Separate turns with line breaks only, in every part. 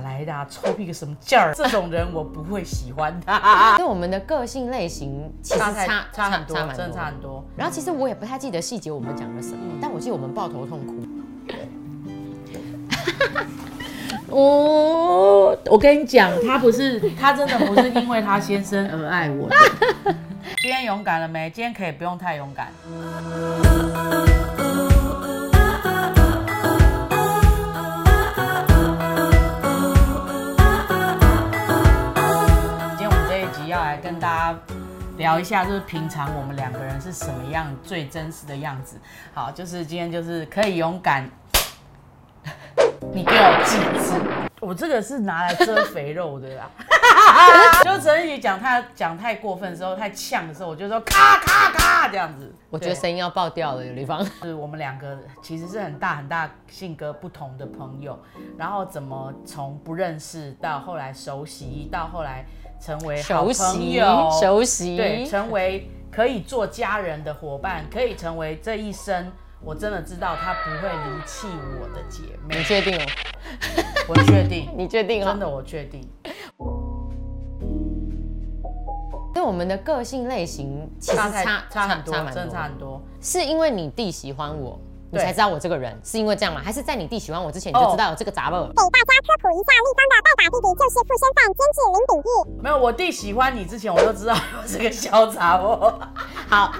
来啦，臭屁个什么劲儿，这种人我不会喜欢 他。
所啊以我们的个性类型其实
差
差
太差很多，
蛮
真的差嗯很多。
然后其实我也不太记得细节我们讲了什么，但我记得我们抱头痛哭。
哦，我跟你讲，他不是， 他真的不是因为他先 生而爱我的。今天勇敢了没？今天可以不用太勇敢。今天我们这一集要来跟大家聊一下，就是平常我们两个人是什么样最真实的样子。好，就是今天就是可以勇敢， 你给我记住。我这个是拿来遮肥肉的啦。 就陈宇讲他讲太过分的时候，太呛的时候，我就说咔咔咔这样子。
我觉得
对
声音要爆掉了，有地方。
就是我们两个其实是很大很大性格不同的朋友，然后怎么从不认识到后来熟悉，到后来成 为好
熟
朋
悉
友，，
熟悉，
对，成为可以做家人的伙伴，可以成为这一生我真的知道他不会离弃我的姐
你
妹，
确定哦？
我确定，
你确定哦
真？的我确定。
因为我们的个性类型其实
差太
差
差很多，
差蛮
真的差
多。
很多。
是因为你弟喜欢我，你
对哦
才知道我这个人，是因为这样吗？还是在你弟喜欢我之前你就知道有这个杂味？
给大家科普一下，立方的拜把弟弟就是附身犯，监制零比一。
没有，我弟喜欢你之前，我就知道有这个小杂货。
好，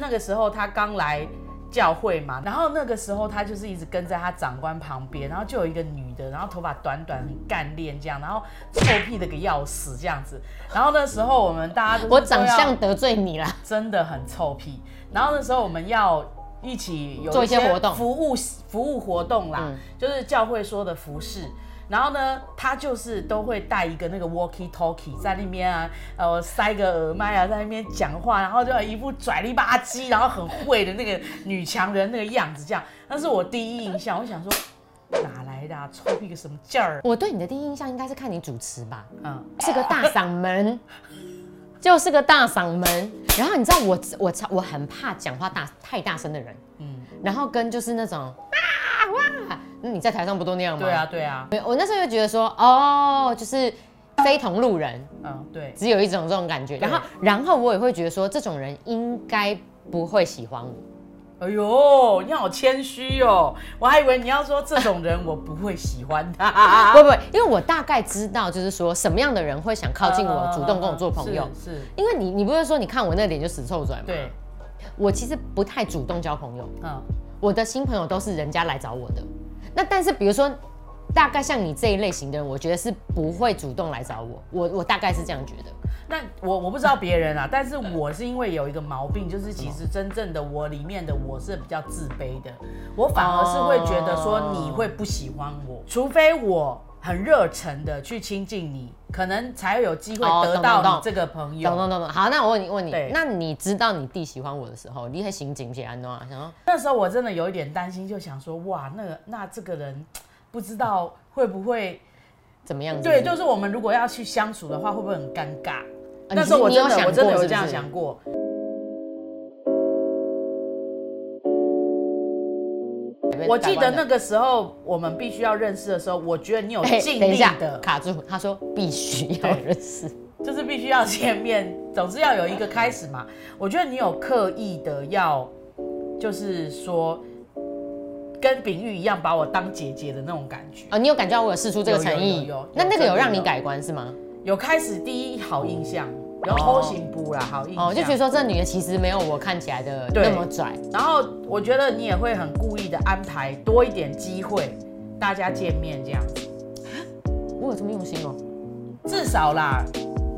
那个时候他刚来教会嘛，然后那个时候他就是一直跟在他长官旁边，然后就有一个女的，然后头发短短很干练这样，然后臭屁的个要死这样子。然后那时候我们大家就是
我
都
长
要
相得罪你啦。
真的很臭屁。然后那时候我们要一起有
做一些活动
服务服务活动啦，
嗯
就是教会说的服饰。然后呢，他就是都会带一个那个 walkie talkie 在那边啊，呃，塞个耳麦啊，在那边讲话，然后就一副拽了一吧唧，然后很会的那个女强人那个样子，这样。那是我第一印象，我想说哪来的、啊、臭屁个什么劲儿？
我对你的第一印象应该是看你主持吧，
嗯，
是个大嗓门， 就是个大嗓门。然后你知道我我超我很怕讲话大太大声的人，
嗯
嗯，然后跟就是那种啊哇，那你在台上不都那样吗？
对啊，对啊，
对，我那时候就觉得说，哦，就是非同路人，
嗯，对，
只有一种这种感觉。
对
然后，然后我也会觉得说，这种人应该不会喜欢我。
哎呦，你好谦虚哦！我还以为你要说这种人我不会喜欢他，
不不，因为我大概知道，就是说什么样的人会想靠近我，
嗯
主动跟我做朋友。
是，是
因为你，你不是说你看我那脸就死臭嘴吗？
对，
我其实不太主动交朋友，
嗯，
我的新朋友都是人家来找我的。那但是比如说，大概像你这一类型的人，我觉得是不会主动来找我。我我大概是这样觉得。
那我我不知道别人啊，但是我是因为有一个毛病，就是其实真正的我里面的我是比较自卑的，我反而是会觉得说
哦
你会不喜欢我，除非我很热忱的去亲近你，可能才有机会
哦
得
懂
到
懂
你这个朋友。
懂懂懂懂。好，那我问你问你
对，
那你知道你弟喜欢我的时候，你会刑警写安诺啊？想说
那时候我真的有一点担心，就想说哇，那个那这个人不知道会不会。
怎么样子？
对，就是我们如果要去相处的话，会不会很尴尬？
啊
那时候我
你是
真
你有想
的
过
我真的有
是不
这样
是
想过。我记得那个时候我们必须要认识的时候，我觉得你 有
哎
尽
等一
力
下
的，
卡住，他说必须要认识，
就是必须要见面，总是要有一个开始嘛。 我觉得你有刻意的要，就是说跟炳玉一样把我当姐姐的那种感觉。
啊，你有感觉到我有试出这个
有有
诚意
有有有？
那那个有让
真的
你
有
改观是吗？
有开始第一好印象，有
哦
后行步啦，好印象。
哦，就觉得说这女的其实没有我看起来的
对
那么拽，
然后我觉得你也会很故意的安排多一点机会，大家见面这样子，
我有这么用心哦，
至少啦，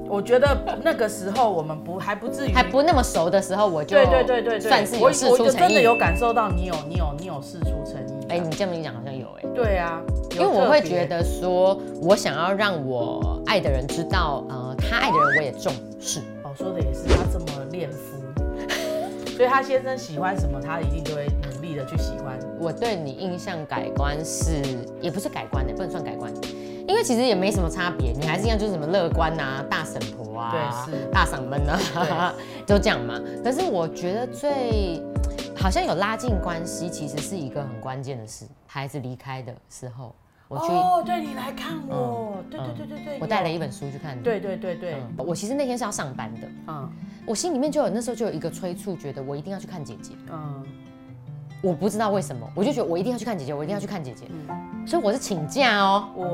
我觉得那个时候我们不还不至于
还不那么熟的时候我就
对对对对对，
算是
我
有试
我
出
就
诚
真的
意。
有感受到你有你有你有试出诚意，
哎，你这么一讲好像有哎。
对啊，
因为我
有特
会
别
觉得说，我想要让我爱的人知道，呃，他爱的人我也重视。
哦说的也是，他这么恋夫，所以他先生喜欢什么，他一定就会努力的去喜欢，
我对你印象改观是，也不是改观的、欸不能算改观，因为其实也没什么差别，你还是一样，就是什么乐观啊、大婶婆啊、
对是
大嗓门啊，都这样嘛。可是我觉得最好像有拉近关系，其实是一个很关键的事，孩子离开的时候。我去，
哦，对你来看我，哦对对对对对，
嗯我带了
有
一，本书去看的。
对对对对，
嗯，我其实那天是要上班的，
嗯
我心里面就有那时候就有一个催促，觉得我一定要去看姐姐。
嗯
我不知道为什么，我就觉得我一定要去看姐姐，我一定要去看姐姐，
嗯，
所以我是请假哦。
我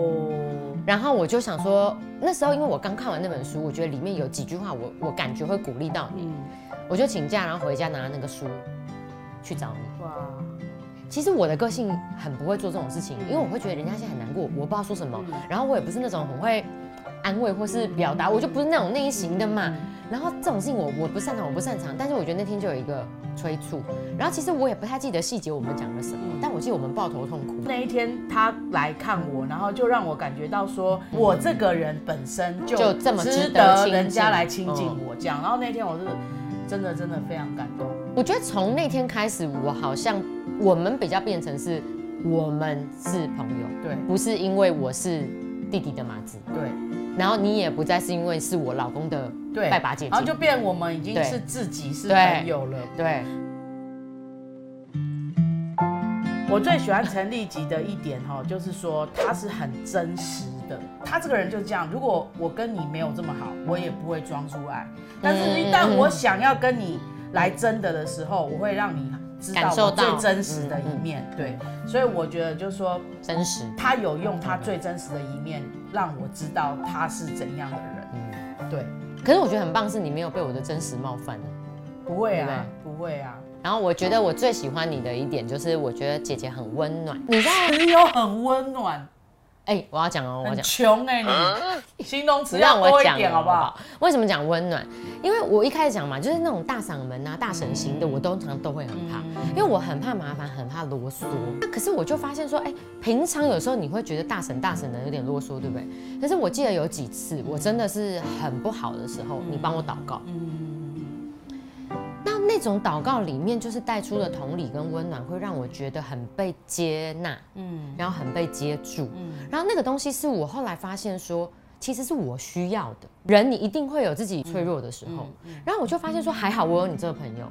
然后我就想说，那时候因为我刚看完那本书，我觉得里面有几句话我，我感觉会鼓励到你，
嗯
我就请假，然后回家拿那个书去找你。
哇，
其实我的个性很不会做这种事情，
嗯
因为我会觉得人家现在很难过，我不知道说什么，然后我也不是那种很会安慰或是表达，我就不是那种类型的
嗯
嘛。然后这种事情我我不擅长，我不擅长。但是我觉得那天就有一个催促，然后其实我也不太记得细节我们讲了什么，
嗯
但我记得我们抱头痛哭。
那一天他来看我，然后就让我感觉到说，我这个人本身就
就这么值
值
得
得
亲
人家
近
来亲近
嗯
我这样。然后那天我是真的真的非常感动，
我觉得从那天开始，我好像我们比较变成是我们是朋友，
对
不是因为我是弟弟的麻子，
对
然后你也不再是因为是我老公的
对，
拜把姐姐
然后就变我们已经
对
是自己是
对
朋友了。
对。
我最喜欢陈立吉的一点哈、就是说他是很真实的。他这个人就是这样，如果我跟你没有这么好，我也不会装出来。
嗯
但是，一旦我想要跟你来真的的时候，我会让你知道
感受
我
到
最真实的一面。对，所以我觉得就是说，
真实。
他有用他最真实的一面，让我知道他是怎样的人。
嗯
对，
可是我觉得很棒，是你没有被我的真实冒犯。
不会啊，不会 啊，
然后我觉得我最喜欢你的一点就是，我觉得姐姐很温暖。你知道？
你有很温暖，
哎、我要讲哦，我要
很
讲，
穷哎、你形容词
让
要多
我
一
讲
点
哦
好不好？？
为什么讲温暖？因为我一开始讲嘛，就是那种大嗓门啊、大神型的，我通常都会很怕，因为我很怕麻烦，很怕啰嗦。那可是我就发现说，哎、平常有时候你会觉得大神大神的有点啰嗦，对不对？可是我记得有几次，我真的是很不好的时候，你帮我祷告。那那种祷告里面，就是带出的同理跟温暖，会让我觉得很被接纳，嗯，然后很被接住，嗯，然后那个东西是我后来发现说，其实是我需要的。人你一定会有自己脆弱的时
嗯
候，然后我就发现说，还好我有你这个朋友，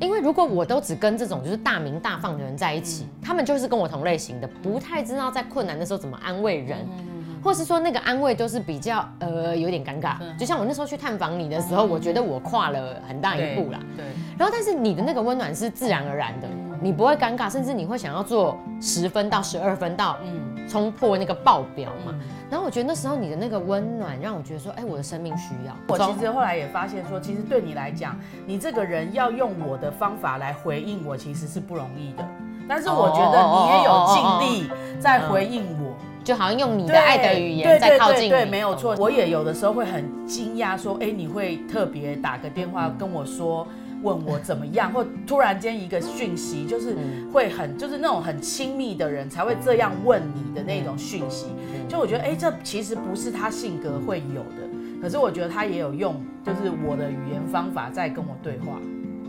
因为如果我都只跟这种就是大名大放的人在一
嗯
起，他们就是跟我同类型的，不太知道在困难的时候怎么安慰人。
嗯
或是说那个安慰都是比较呃有点尴尬，
嗯
就像我那时候去探访你的时候，我觉得我跨了很大一步啦。
对，嗯
然后，但是你的那个温暖是自然而然的，你不会尴尬，甚至你会想要做十分到十二分到
嗯，
冲破那个爆表嘛。然后我觉得那时候你的那个温暖让我觉得说，哎，我的生命需要。
我其实后来也发现说，其实对你来讲，你这个人要用我的方法来回应我，其实是不容易的。但是我觉
哦
得你也有尽力在回应我，
就好像用你
你
的爱的语言在靠近你，
对，没有错。
懂吗
我也有的时候会很惊讶，说，哎，你会特别打个电话跟我说。问我怎么样，或突然间一个讯息，就是
嗯
会很，就是那种很亲密的人才会这样问你的那种讯息。
嗯
就我觉得，哎、这其实不是他性格会有的，可是我觉得他也有用，就是我的语言方法在跟我对话。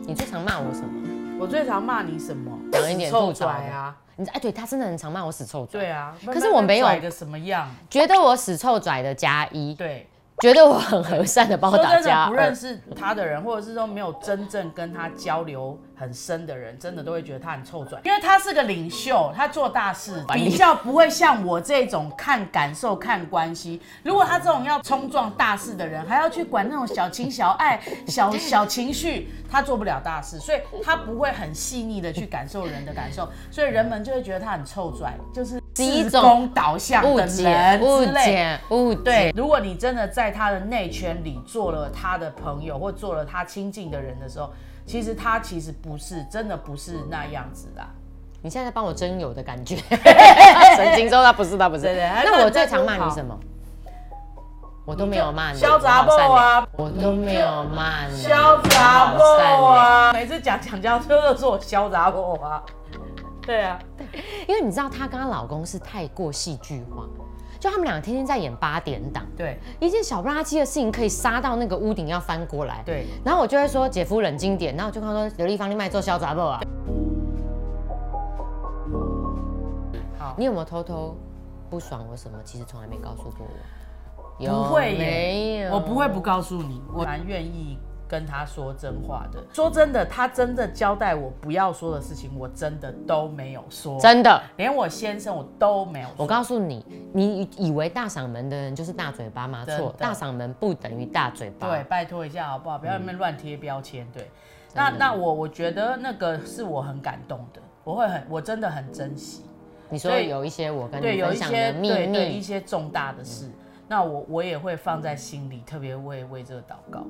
你最常骂我什么？
我最常骂你什么？
讲一点
臭
吐槽的
拽啊，
你哎，对他真的很常骂我死臭拽，
对啊。
可是我没有
拽的什么样？
觉得我死臭拽的加一，
对，
觉得我很和善的帮我
说
打呃
真
加
的，不认
二。
识他的人，或者是说没有真正跟他交流很深的人，真的都会觉得他很臭拽，因为他是个领袖，他做大事
管理
比较不会像我这种看感受、看关系。如果他这种要冲撞大事的人，还要去管那种小情小爱、 小小情绪，他做不了大事，所以他不会很细腻的去感受人的感受，所以人们就会觉得他很臭拽，就是
是一
自
种
攻导向
误
的人之
解，误
类的
解，误解。
对，如果你真的在他的内圈里做了他的朋友或做了他亲近的人的时候，其实他其实不是真的不是那样子的。啊
你现在在帮我真有的感 觉，神经说他不是他不是。
对对
那我最常骂你什么？我都没有骂你，
你就潇洒
我好善良
爆啊！
我都没有骂你，
潇洒不
嗯我好善良！
啊！每次讲讲讲就是说我潇洒不啊。对啊，
因为你知道她跟她老公是太过戏剧化，就他们俩天天在演八点档，
对
一件小不拉几的事情可以杀到那个屋顶要翻过来。
对，
然后我就会说姐夫冷静点，然后我就跟他说刘丽芳你卖做潇洒不啊？
好，
你有没有偷偷不爽我什么？其实从来没告诉过我。有
不会耶
没有，
我不会不告诉你，我蛮愿意跟他说真话的。说真的，他真的交代我不要说的事情，我真的都没有说，
真的。
连我先生我都没有
我
说。
告诉你，你以为大嗓门的人就是大嘴巴吗？
真的
错，大嗓门不等于大嘴巴。
对，，拜托一下好不好？不要在那
嗯
边乱贴标签。对，那那我我觉得那个是我很感动的，我会很，我真的很珍惜。
你说
所以
有一些我跟
对，
你
有
分
一
享
些
的秘
对对一
密，嗯
些重大的事，那我我也会放在心里，特别为为这个祷告。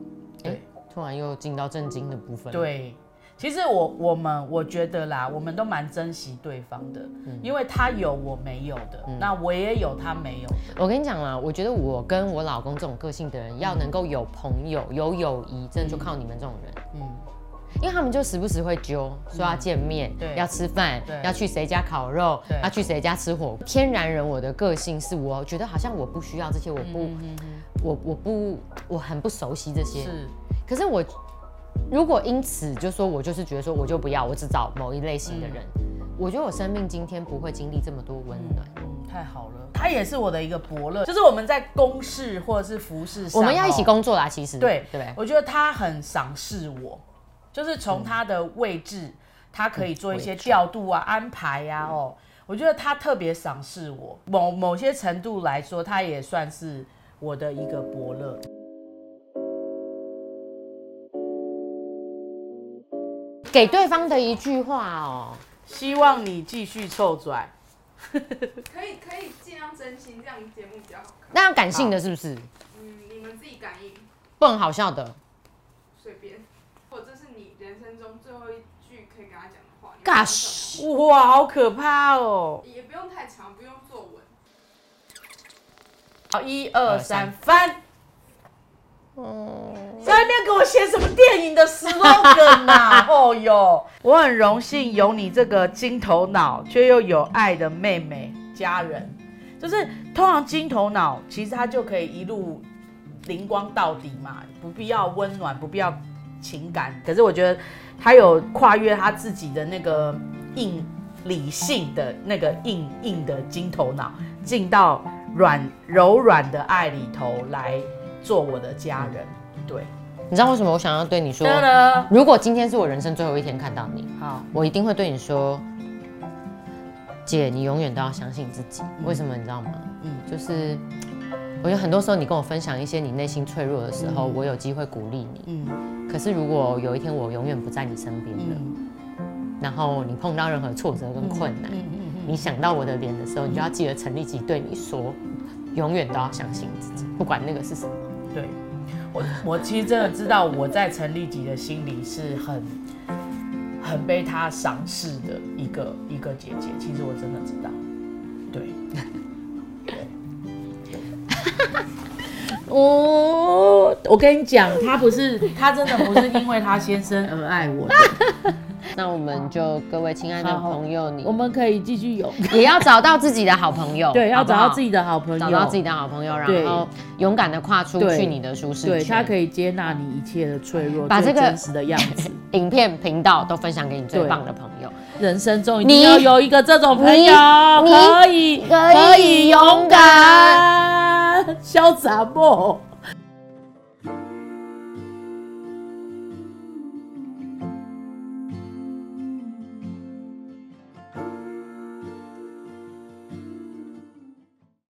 对
诶突然又进到震惊的部分。，
对，其实我我们我觉得啦，我们都蛮珍惜对方的，
嗯
因为他有我没有的，那我也有他没有的。
我跟你讲啦，我觉得我跟我老公这种个性的人，要能够有朋友、有友谊，真的就靠你们这种人。
嗯，
因为他们就时不时会揪，说要见面，
对
要吃饭
对，
要去谁家烤肉
对，
要去谁家吃火锅。天然人，我的个性是我觉得好像我不需要这些，我不，我我不，我很不熟悉这
嗯
些。
是，
可是我如果因此就说我就是觉得说我就不要，我只找某一类型的人，我觉得我生命今天不会经历这么多温暖。
嗯，太好了，他也是我的一个伯乐，就是我们在公事或者是服饰上，
我们要一起
哦
工作啦，其实
对
对不对
我觉得他很赏识我，就是从他的位置，他可以做一些调度啊、安排呀、哦。我觉得他特别赏识我，某某些程度来说，他也算是我的一个伯乐。
给对方的一句话哦，
希望你继续臭拽，
可以可以尽量真心，这样节目比较好看。
那要感性的是不是？
嗯，你们自己感应，
不能好笑的。
随便。或者这是你人生中最后一句可以跟他讲的话。你们想什
Gosh，
哇，好可怕哦！
么也不用太长，不用作文。
好，一二三，翻。在那边给我写什么电影的 slogan 啊？哦哟，我很荣幸有你这个金头脑却又有爱的妹妹家人，就是通常金头脑其实他就可以一路灵光到底嘛，不必要温暖，不必要情感。可是我觉得他有跨越他自己的那个硬理性的那个硬硬的金头脑，进到软柔软的爱里头来做我的家人。对，
你知道为什么我想要对你说？
真的
如果今天是我人生最后一天看到你，
好，
我一定会对你说，姐，你永远都要相信自己。为什么你知道吗？
嗯
就是我觉得很多时候你跟我分享一些你内心脆弱的时候，我有机会鼓励你。
嗯
可是如果有一天我永远不在你身边了，
嗯
然后你碰到任何挫折跟困难，
嗯
你想到我的脸的时候，你就要记得陈立奇对你说，永远都要相信自己，不管那个是什么。
嗯，对。我我其实真的知道我在陈立吉的心里是很很被他赏识的一个一个姐姐，其实我真的知道，对。 哦，我跟你讲，他不是，他真的不是因为他先 生而爱我的，
那我们就各位亲爱的
好
朋友，你
我们可以继续有，
也要找到自己的好朋友，
对，要
好不
找
好
到自己的好朋友，
找到自己的好朋友，
对
然后勇敢的跨出
对
去你的舒适
对
圈。
他可以接纳你一切的脆弱，
把
最
这个
真实的样 子。
影片频道都分享给你最
对
棒的朋友，
人生中一
你
定要有一个这种朋友，
你
可以
可以勇敢
敢、潇洒不？